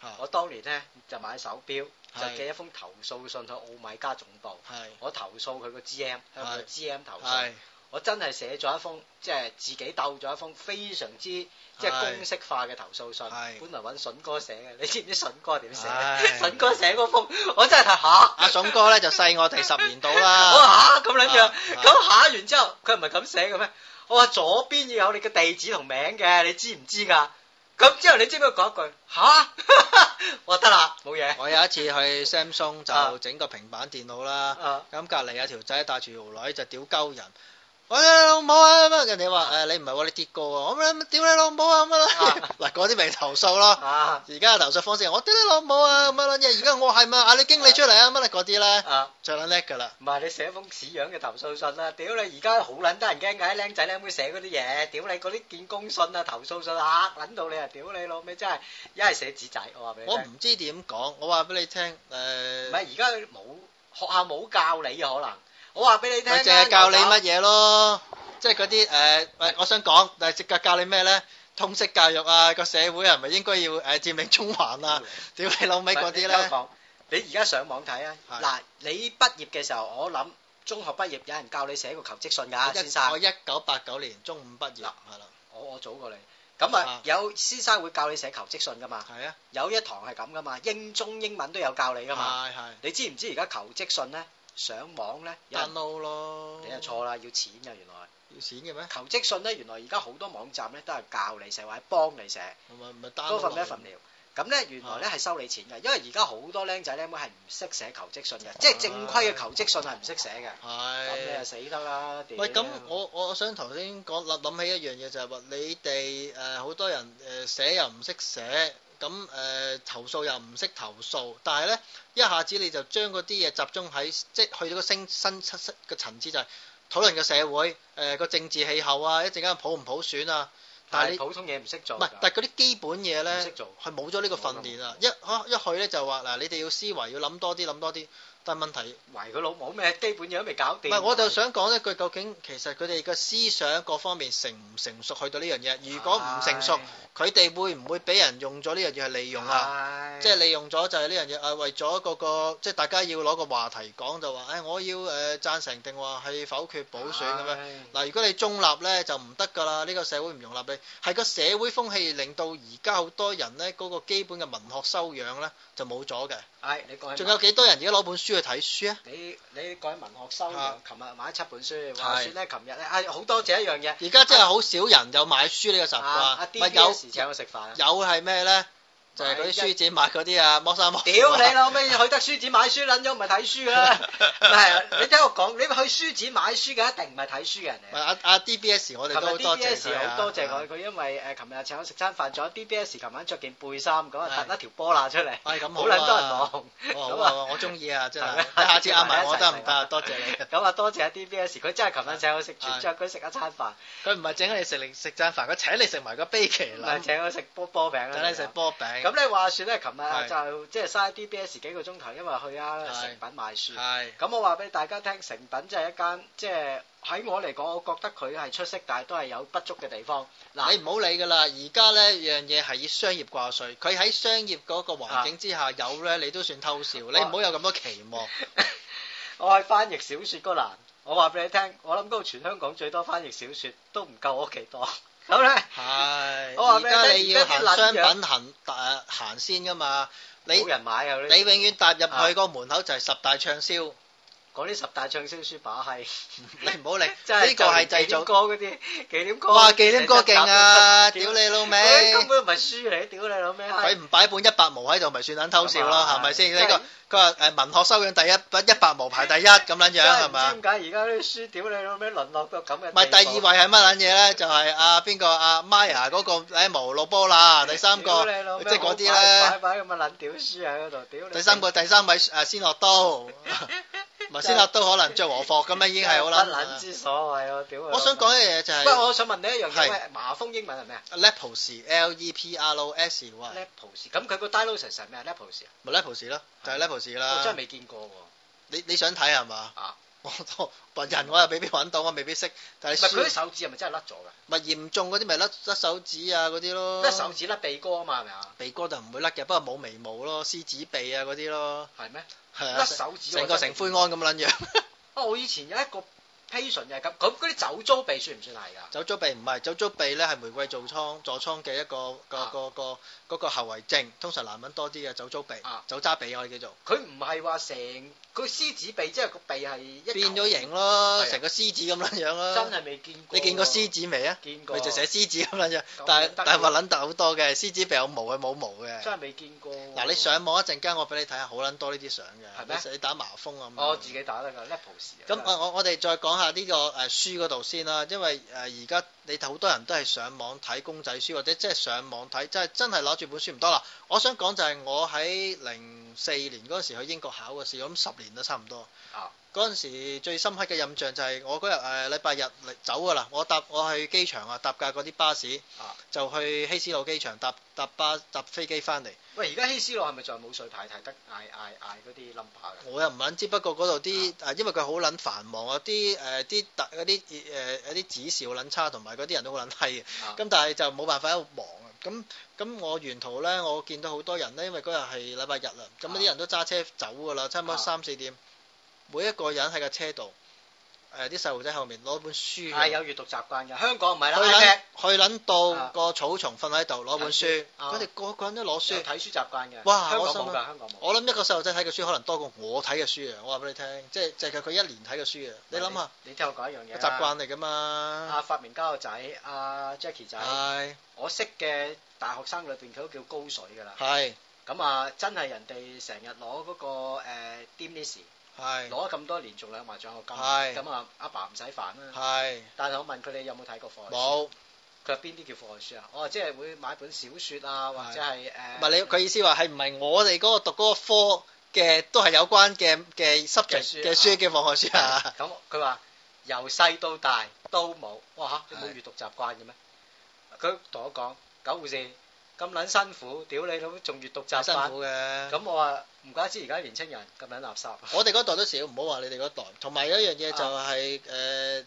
[SPEAKER 2] 啊，
[SPEAKER 1] 我當年咧就買手錶，
[SPEAKER 2] 係
[SPEAKER 1] 就寄一封投訴信去奧米加總部，
[SPEAKER 2] 係
[SPEAKER 1] 我投訴佢個 GM，向個
[SPEAKER 2] 係
[SPEAKER 1] GM 投訴。
[SPEAKER 2] 係
[SPEAKER 1] 我真係寫咗一封，即係自己鬥咗一封非常之即係
[SPEAKER 2] 係
[SPEAKER 1] 公式化嘅投訴信
[SPEAKER 2] 係。
[SPEAKER 1] 本來揾筍哥寫嘅，你知唔知筍哥點寫？
[SPEAKER 2] 唉
[SPEAKER 1] 筍哥寫嗰封，我真係睇下，
[SPEAKER 2] 阿筍哥咧就細我哋十年
[SPEAKER 1] [laughs]
[SPEAKER 2] 到
[SPEAKER 1] 我
[SPEAKER 2] 啦，
[SPEAKER 1] 話嚇咁撚樣
[SPEAKER 2] 啊，
[SPEAKER 1] 咁下完之後佢唔係咁寫嘅咩？我話左邊要有你嘅地址同名嘅，你知唔知㗎？咁之後你知唔知佢講一句 [laughs] 吓？我話得啦，冇嘢。
[SPEAKER 2] [laughs] 我有一次去 Samsung 就
[SPEAKER 1] 啊
[SPEAKER 2] 整個平板電腦啦。
[SPEAKER 1] 啊
[SPEAKER 2] 咁隔離有條仔帶住條女就屌鳩人，我你老母啊！咁人哋話誒你唔係喎，你跌過啊！我話你屌你老母啊！咁樣
[SPEAKER 1] 啊
[SPEAKER 2] [laughs] 嗱嗰啲咪投訴咯。
[SPEAKER 1] 啊
[SPEAKER 2] 而家嘅投訴方式，我屌你老母啊！咁樣嘢，而家我係咪嗌你經理出嚟啊？乜嗰啲咧
[SPEAKER 1] 啊！
[SPEAKER 2] 最撚叻㗎啦！
[SPEAKER 1] 唔係你寫封屎樣嘅投訴信啦，屌你而家好撚得人驚㗎，啲僆仔僆妹寫嗰啲嘢，屌你嗰啲見工信啊、投訴信啊，撚到你啊，屌你老味真係一係寫紙仔，我話俾你
[SPEAKER 2] 我
[SPEAKER 1] 聽。
[SPEAKER 2] 唔知點講，我話俾你聽
[SPEAKER 1] 唔
[SPEAKER 2] 誒，
[SPEAKER 1] 係而家冇學校冇教你啊，可能我話俾你聽啊
[SPEAKER 2] 咪淨係教你
[SPEAKER 1] 牛
[SPEAKER 2] 乜嘢咯？即係嗰啲誒，喂我想講，但係直腳教你咩咧？通識教育啊，個社會係咪應該要誒佔領中環
[SPEAKER 1] 嗯
[SPEAKER 2] 啊？屌你老味
[SPEAKER 1] 腩
[SPEAKER 2] 嗰啲
[SPEAKER 1] 唔係你聽我
[SPEAKER 2] 咧！
[SPEAKER 1] 講你而家上網睇啊，
[SPEAKER 2] 係
[SPEAKER 1] 嗱你畢業嘅時候，我諗中學畢業有人教你寫個求職信㗎，
[SPEAKER 2] 一
[SPEAKER 1] 啊先生啊
[SPEAKER 2] 我。啊一九八九年中五畢業，係
[SPEAKER 1] 嗱
[SPEAKER 2] 啦，
[SPEAKER 1] 我我早過你。咁啊
[SPEAKER 2] 啊，
[SPEAKER 1] 有先生會教你寫求職信㗎嘛？
[SPEAKER 2] 係啊，
[SPEAKER 1] 有一堂係咁㗎嘛，英中英文都有教你㗎嘛。
[SPEAKER 2] 係係
[SPEAKER 1] 你知唔知而家求職信咧上網咧？有人
[SPEAKER 2] download 咯，
[SPEAKER 1] 你又錯啦，要錢㗎原來。
[SPEAKER 2] 要錢嘅咩？
[SPEAKER 1] 求職信咧，原來而家好多網站咧都係教你寫或者幫你寫，
[SPEAKER 2] 唔係唔係
[SPEAKER 1] 多
[SPEAKER 2] download
[SPEAKER 1] 份咩
[SPEAKER 2] 落嚟
[SPEAKER 1] 份料。咁咧原來咧係收你錢㗎，因為而家好多僆仔僆妹係唔識寫求職信
[SPEAKER 2] Ờ.
[SPEAKER 1] 嘅，即係正規嘅求職信係唔識寫嘅。咁你就
[SPEAKER 2] 係。
[SPEAKER 1] 死得啦！屌
[SPEAKER 2] 喂，咁我我我想頭先講諗諗起一樣嘢就係話，你哋誒好多人誒寫又唔識寫，咁誒投訴又唔識投訴，但係咧一下子你就將嗰啲嘢集中喺即係去到個升新七七嘅層次就係討論個社會誒個政治氣候啊，一陣間普唔普選啊，但係
[SPEAKER 1] 但
[SPEAKER 2] 你
[SPEAKER 1] 係普通嘢唔識做
[SPEAKER 2] 唔
[SPEAKER 1] 㗎。
[SPEAKER 2] 係，但係嗰啲基本嘢
[SPEAKER 1] 唔
[SPEAKER 2] 咧
[SPEAKER 1] 識做，
[SPEAKER 2] 係冇咗呢個訓練啊！一可一去咧就話嗱，你哋要思維，要諗多啲，諗多啲。但係問題，
[SPEAKER 1] 圍佢老母咩？基本嘢都未搞
[SPEAKER 2] 唔
[SPEAKER 1] 掂。
[SPEAKER 2] 係我就想講一句，究竟其實佢哋嘅思想各方面成唔成熟去到呢樣嘢？如果唔成熟，佢哋會唔會俾人用咗呢樣嘢去利用啊？
[SPEAKER 1] 啊
[SPEAKER 2] 即係利用咗就係呢樣嘢啊，為咗嗰個即係大家要攞個話題講就話，誒我要誒贊成定話係否決補選咁樣。
[SPEAKER 1] 樣。
[SPEAKER 2] 嗱，如果你中立咧就唔得㗎啦，呢、個社會唔容納你，係個社會風氣令到而家好多人咧嗰、個基本嘅文學修養咧就冇咗嘅。
[SPEAKER 1] 唉，你講起
[SPEAKER 2] 仲有幾多人而家攞本書去睇書啊？
[SPEAKER 1] 你你講起文學修
[SPEAKER 2] 啊
[SPEAKER 1] 養，琴日買咗七本書，話
[SPEAKER 2] 係
[SPEAKER 1] 説咧，琴日咧，啊好多謝一樣嘢，
[SPEAKER 2] 而家真係好少人有買書呢個習
[SPEAKER 1] 啊阿
[SPEAKER 2] 慣，咪、
[SPEAKER 1] D 有時請我食飯，
[SPEAKER 2] 有有係咩咧？就係嗰啲書展買嗰啲啊，剝衫剝褲
[SPEAKER 1] 屌
[SPEAKER 2] 啊 [laughs]
[SPEAKER 1] 你老味，去得書展買書撚咗唔係睇書㗎啦，唔係你聽我講，你去書展買書嘅一定唔係睇書嘅人
[SPEAKER 2] 咪啊
[SPEAKER 1] 嚟。
[SPEAKER 2] 阿阿 DBS 我哋
[SPEAKER 1] 琴
[SPEAKER 2] 都
[SPEAKER 1] 日
[SPEAKER 2] 好多謝
[SPEAKER 1] DBS
[SPEAKER 2] 佢啊
[SPEAKER 1] 好多謝佢，。佢因為誒琴日請我食餐飯，仲有 DBS 琴晚着件背衫，咁啊
[SPEAKER 2] 係
[SPEAKER 1] 突一條波罅出嚟，
[SPEAKER 2] 係哎咁
[SPEAKER 1] 好
[SPEAKER 2] 好啦
[SPEAKER 1] 撚多人望。
[SPEAKER 2] 哦
[SPEAKER 1] 咁
[SPEAKER 2] 好
[SPEAKER 1] 啊
[SPEAKER 2] 啊，我中意啊，真係
[SPEAKER 1] 係。咪
[SPEAKER 2] 下次嗌埋我
[SPEAKER 1] 一齊
[SPEAKER 2] 得
[SPEAKER 1] 食
[SPEAKER 2] 唔
[SPEAKER 1] 啊
[SPEAKER 2] 得啊？多謝你。
[SPEAKER 1] 咁啊多謝 DBS，佢真係琴日請我食全
[SPEAKER 2] 係
[SPEAKER 1] 着佢食一餐飯，
[SPEAKER 2] 佢唔係請你食零食餐飯，佢請你食埋個悲劇
[SPEAKER 1] 唔係
[SPEAKER 2] 啦，
[SPEAKER 1] 請我食波波餅啦。啊
[SPEAKER 2] 請你食波餅。
[SPEAKER 1] 咁你話説咧，琴日啊
[SPEAKER 2] 係
[SPEAKER 1] 就即係嘥 DBS 幾個鐘頭，因為去啊
[SPEAKER 2] 係
[SPEAKER 1] 成品買書。
[SPEAKER 2] 係
[SPEAKER 1] 咁我話俾大家聽，成品即係一間即係喺我嚟講，我覺得佢係出色，但係都係有不足嘅地方。
[SPEAKER 2] 嗱，
[SPEAKER 1] 嗱，
[SPEAKER 2] 你唔好理噶啦，而家呢樣嘢係以商業掛帥，佢喺商業嗰個
[SPEAKER 1] 啊
[SPEAKER 2] 環境之下有呢，你都算偷笑，你唔好有咁多期
[SPEAKER 1] [laughs]
[SPEAKER 2] 望。
[SPEAKER 1] 我係翻譯小説嗰欄，我話俾你聽，我諗嗰度全香港最多翻譯小説都唔夠我屋企
[SPEAKER 2] [laughs]
[SPEAKER 1] 多。咁咧，
[SPEAKER 2] 係，
[SPEAKER 1] 我話
[SPEAKER 2] 而
[SPEAKER 1] 俾你聽
[SPEAKER 2] 家你要行
[SPEAKER 1] 而家啲撚
[SPEAKER 2] 商
[SPEAKER 1] 樣
[SPEAKER 2] 品行誒行先噶嘛，你
[SPEAKER 1] 冇人啊買啊！
[SPEAKER 2] 你
[SPEAKER 1] 你
[SPEAKER 2] 永遠踏入去個門口就係十大暢
[SPEAKER 1] [laughs]
[SPEAKER 2] 銷，
[SPEAKER 1] 嗰啲十大暢銷書把係，
[SPEAKER 2] 你唔好理，呢個
[SPEAKER 1] 真係
[SPEAKER 2] 係
[SPEAKER 1] 就連
[SPEAKER 2] 製
[SPEAKER 1] 紀念
[SPEAKER 2] 造。
[SPEAKER 1] 歌嗰啲 [laughs] 紀念歌。
[SPEAKER 2] 哇，忌廉哥勁啊！
[SPEAKER 1] 成日
[SPEAKER 2] 屌
[SPEAKER 1] 集
[SPEAKER 2] 你老
[SPEAKER 1] 佢
[SPEAKER 2] 味
[SPEAKER 1] 根！本唔係書嚟，屌你老味閪！
[SPEAKER 2] 佢唔擺本一百毛喺度，咪算撚偷笑咯，係咪先？
[SPEAKER 1] 啊真係
[SPEAKER 2] 呢個佢話誒呃文學修養第一，一百毛排第一咁撚樣係嘛
[SPEAKER 1] 真係？唔知點解而家啲書屌你老味淪落到咁嘅地步。
[SPEAKER 2] 咪第二位係乜撚嘢咧？就係阿邊個阿 Maya 嗰個誒無路波啦，第三
[SPEAKER 1] 屌
[SPEAKER 2] 個
[SPEAKER 1] 你老味
[SPEAKER 2] 即係嗰啲
[SPEAKER 1] 我擺
[SPEAKER 2] 咧，
[SPEAKER 1] 擺擺咁嘅撚屌書喺嗰度，屌你！ [laughs]
[SPEAKER 2] 第三個第三位誒先落刀，唔係先立都可能着和服咁樣已經係好
[SPEAKER 1] 不
[SPEAKER 2] 撚
[SPEAKER 1] 撚。之所謂喎，屌佢老母！
[SPEAKER 2] 我想講一樣嘢就
[SPEAKER 1] 喂，
[SPEAKER 2] 係
[SPEAKER 1] 我想問你一樣嘢，
[SPEAKER 2] 係
[SPEAKER 1] 喂，麻風英文係咩啊
[SPEAKER 2] lepers L E P R O S Y，
[SPEAKER 1] ？Lepers，咁佢個 diagnosis 係咩啊？Lepers，啊
[SPEAKER 2] 咪 lepers 咯，就係
[SPEAKER 1] 我
[SPEAKER 2] lepers
[SPEAKER 1] 真係
[SPEAKER 2] 啦。
[SPEAKER 1] 未見過喎。
[SPEAKER 2] 你你想睇係嘛
[SPEAKER 1] 啊？
[SPEAKER 2] 我都我人我又未必揾到，我未必識。但
[SPEAKER 1] 唔係
[SPEAKER 2] 係
[SPEAKER 1] 佢啲
[SPEAKER 2] 書
[SPEAKER 1] 手指係咪真係甩咗㗎？
[SPEAKER 2] 咪嚴重嗰啲咪甩甩手指啊嗰啲咯。
[SPEAKER 1] 甩手指甩鼻哥啊嘛，係咪啊？
[SPEAKER 2] 鼻哥就唔會甩嘅，不過冇眉毛咯，獅子鼻啊嗰啲咯，
[SPEAKER 1] 係咩？
[SPEAKER 2] 係啊
[SPEAKER 1] 甩，手指
[SPEAKER 2] 成個成灰安咁撚樣。 [laughs]
[SPEAKER 1] 啊！我以前有一個 patient 就係咁，咁嗰啲酒糟鼻算唔算係㗎？
[SPEAKER 2] 酒糟鼻唔係，酒糟鼻咧係玫瑰痤瘡痤瘡嘅一個個
[SPEAKER 1] 啊
[SPEAKER 2] 個個嗰個後遺症，通常男人多啲嘅酒糟鼻
[SPEAKER 1] 啊、
[SPEAKER 2] 酒渣鼻我哋叫做
[SPEAKER 1] 佢唔係話成佢獅子鼻，即係個鼻係一
[SPEAKER 2] 變
[SPEAKER 1] 嚿
[SPEAKER 2] 咗形咯，
[SPEAKER 1] 係啊
[SPEAKER 2] 成個獅子咁撚樣
[SPEAKER 1] 真
[SPEAKER 2] 咯。
[SPEAKER 1] 係未見過。
[SPEAKER 2] 你見過獅？子未啊？
[SPEAKER 1] 見過。
[SPEAKER 2] 佢就寫獅子咁撚樣，
[SPEAKER 1] 咁
[SPEAKER 2] 但係
[SPEAKER 1] 撚得
[SPEAKER 2] 但係
[SPEAKER 1] 意
[SPEAKER 2] 核撚突好多嘅，獅子鼻有毛佢冇毛嘅。
[SPEAKER 1] 真係未見過。
[SPEAKER 2] 嗱，你上網一陣間，我俾你睇下，好撚多呢啲相嘅。
[SPEAKER 1] 係咩
[SPEAKER 2] 你你打麻風啊？咁樣
[SPEAKER 1] 我自己打得㗎，Lepers 啊。
[SPEAKER 2] 咁我我我哋再講下呢個誒書嗰度先啦，因為誒而家你好多人都係上網睇公仔書，或者即係上網睇，即係真係攞住本書唔多啦。我想講就係我喺零四年嗰陣時去英國考嘅試，咁十年都差唔多
[SPEAKER 1] 啊。
[SPEAKER 2] 嗰陣時最深刻嘅印象就係我嗰日誒禮拜日嚟走㗎啦，我搭我去機場啊，搭架嗰啲巴士
[SPEAKER 1] 啊，
[SPEAKER 2] 就去希斯路機場搭搭巴搭飛機翻嚟。
[SPEAKER 1] 喂，而家希斯路係咪仲係冇水牌睇得嗌嗌嗌嗰啲 number 㗎？
[SPEAKER 2] 我又唔撚知，不過嗰度啲
[SPEAKER 1] 啊
[SPEAKER 2] 誒，因為佢好撚繁忙啊，啲誒啲特嗰啲誒嗰啲指示好撚差，同埋嗰啲人都好撚閪嘅。
[SPEAKER 1] 啊
[SPEAKER 2] 咁但係就冇辦法喺度忙啊。咁咁我沿途咧，我見到好多人咧，因為嗰日係禮拜日啦，咁
[SPEAKER 1] 啊
[SPEAKER 2] 啲人都揸車走㗎啦，差唔多
[SPEAKER 1] 啊
[SPEAKER 2] 三四點，每一個人喺架車度，誒啲細路仔後面攞本書㗎。
[SPEAKER 1] 係有閱讀習慣㗎，香港唔係
[SPEAKER 2] 去
[SPEAKER 1] 啦
[SPEAKER 2] 撚
[SPEAKER 1] ，iPad
[SPEAKER 2] 去撚到
[SPEAKER 1] 啊
[SPEAKER 2] 個草叢瞓喺度攞本書，
[SPEAKER 1] 啊
[SPEAKER 2] 佢哋個個人都攞
[SPEAKER 1] 有
[SPEAKER 2] 書。
[SPEAKER 1] 睇書習慣嘅。
[SPEAKER 2] 哇
[SPEAKER 1] 香港
[SPEAKER 2] 我心
[SPEAKER 1] 冇
[SPEAKER 2] 諗
[SPEAKER 1] 㗎，香港冇。
[SPEAKER 2] 我諗一個細路仔睇嘅書可能多過我睇嘅書啊！我話俾你聽，即係就係佢一年睇嘅書啊！你諗下，
[SPEAKER 1] 你聽我講一樣嘢啦。
[SPEAKER 2] 習慣嚟噶嘛？
[SPEAKER 1] 啊，發明家個仔，阿 Jackie 仔，
[SPEAKER 2] 係
[SPEAKER 1] 我識嘅大學生裏邊佢都叫高水㗎啦。
[SPEAKER 2] 係
[SPEAKER 1] 咁啊，真係人哋成日攞嗰個誒 d e m n i s
[SPEAKER 2] 係
[SPEAKER 1] 攞咗咁多年仲兩埋獎學金，
[SPEAKER 2] 係
[SPEAKER 1] 咁啊阿爸唔使煩啦。
[SPEAKER 2] 係
[SPEAKER 1] 但係我問佢哋有冇睇過課外書，
[SPEAKER 2] 冇，唔
[SPEAKER 1] 佢話邊啲叫課外書啊？我話即係會買本小説啊，或者係誒，
[SPEAKER 2] 係你佢意思話係唔係我哋嗰個讀嗰個科嘅都係有關嘅嘅 subject 嘅
[SPEAKER 1] 嘅書啊
[SPEAKER 2] 書嘅網外書啊？
[SPEAKER 1] 咁佢話由細到大都冇，哇嚇！你冇
[SPEAKER 2] 係
[SPEAKER 1] 閲讀習慣嘅咩？佢同我講狗護士咁撚辛苦，屌你老母仲閲讀習
[SPEAKER 2] [laughs] 太辛
[SPEAKER 1] 慣，
[SPEAKER 2] 苦嘅。
[SPEAKER 1] 咁我話唔怪之而家年青人咁撚垃圾。
[SPEAKER 2] 我哋嗰代都少，唔好話你哋嗰代。同埋有一樣
[SPEAKER 1] 啊
[SPEAKER 2] 嘢就係、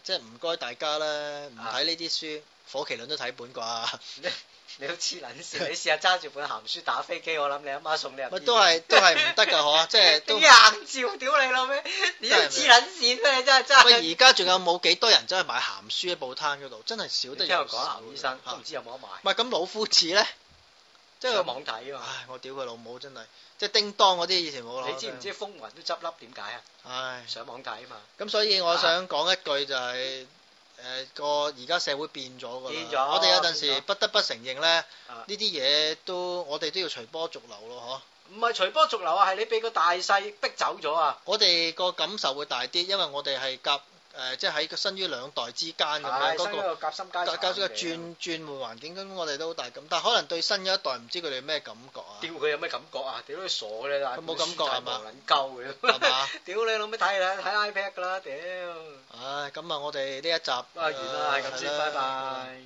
[SPEAKER 2] 誒、即係唔該大家啦，唔睇呢啲
[SPEAKER 1] 啊
[SPEAKER 2] 書，火麒麟都睇本啩。
[SPEAKER 1] [laughs] 你都黐
[SPEAKER 2] [laughs]
[SPEAKER 1] 撚線，你試下揸住本鹹書打飛機，我諗你阿媽送你入醫
[SPEAKER 2] 咪
[SPEAKER 1] 院。
[SPEAKER 2] 都係都係唔得噶，
[SPEAKER 1] [laughs]
[SPEAKER 2] 嗬！即係都
[SPEAKER 1] 啲硬照屌你老味，你都
[SPEAKER 2] [laughs] 真係
[SPEAKER 1] 黐撚線咩？真係 [laughs] 真係。
[SPEAKER 2] 喂，而家仲有冇幾多人走去買鹹書喺報攤嗰度？真係少得
[SPEAKER 1] 你聽我
[SPEAKER 2] 又少
[SPEAKER 1] 講
[SPEAKER 2] 啊。
[SPEAKER 1] 牛醫生
[SPEAKER 2] 嚇
[SPEAKER 1] 都唔知有冇得賣，
[SPEAKER 2] 唔係咁老夫子咧，
[SPEAKER 1] 即
[SPEAKER 2] 即
[SPEAKER 1] 係
[SPEAKER 2] 係
[SPEAKER 1] 網睇啊嘛。
[SPEAKER 2] 唉，我屌佢老母真係，即係叮當嗰啲以前冇攞。
[SPEAKER 1] 你知唔？知風雲都執笠點解啊？
[SPEAKER 2] 唉，
[SPEAKER 1] 上網睇啊嘛，
[SPEAKER 2] 咁所以我想講一句就係。誒個而家社會變咗㗎
[SPEAKER 1] 變
[SPEAKER 2] 啦，
[SPEAKER 1] 咗
[SPEAKER 2] 我哋有陣時
[SPEAKER 1] 變咗
[SPEAKER 2] 不得不承認咧，呢
[SPEAKER 1] 啊
[SPEAKER 2] 啲嘢都我哋都要隨波逐流咯，嗬！
[SPEAKER 1] 唔係隨波逐流啊，係你俾個大細逼走咗啊。
[SPEAKER 2] 我哋個感受會大啲，因為我哋係夾誒，即係喺身於兩代之間咁
[SPEAKER 1] 係
[SPEAKER 2] 樣嗰
[SPEAKER 1] 生
[SPEAKER 2] 個
[SPEAKER 1] 一個夾心階
[SPEAKER 2] 教
[SPEAKER 1] 層。
[SPEAKER 2] 教咗個轉轉換環境，咁我哋都好大咁，但係可能對新嘅一代唔知佢哋咩感覺 [laughs] 啊，
[SPEAKER 1] 屌佢有咩感覺啊？屌你傻嘅你啦！
[SPEAKER 2] 佢冇感覺係嘛
[SPEAKER 1] 無撚鳩
[SPEAKER 2] 係
[SPEAKER 1] 嘅，
[SPEAKER 2] 嘛？
[SPEAKER 1] [laughs] 屌你老味睇啦，睇 iPad 㗎啦，屌！
[SPEAKER 2] 唉，咁啊，我哋呢一集
[SPEAKER 1] 啊完啦，係咁先，拜。拜。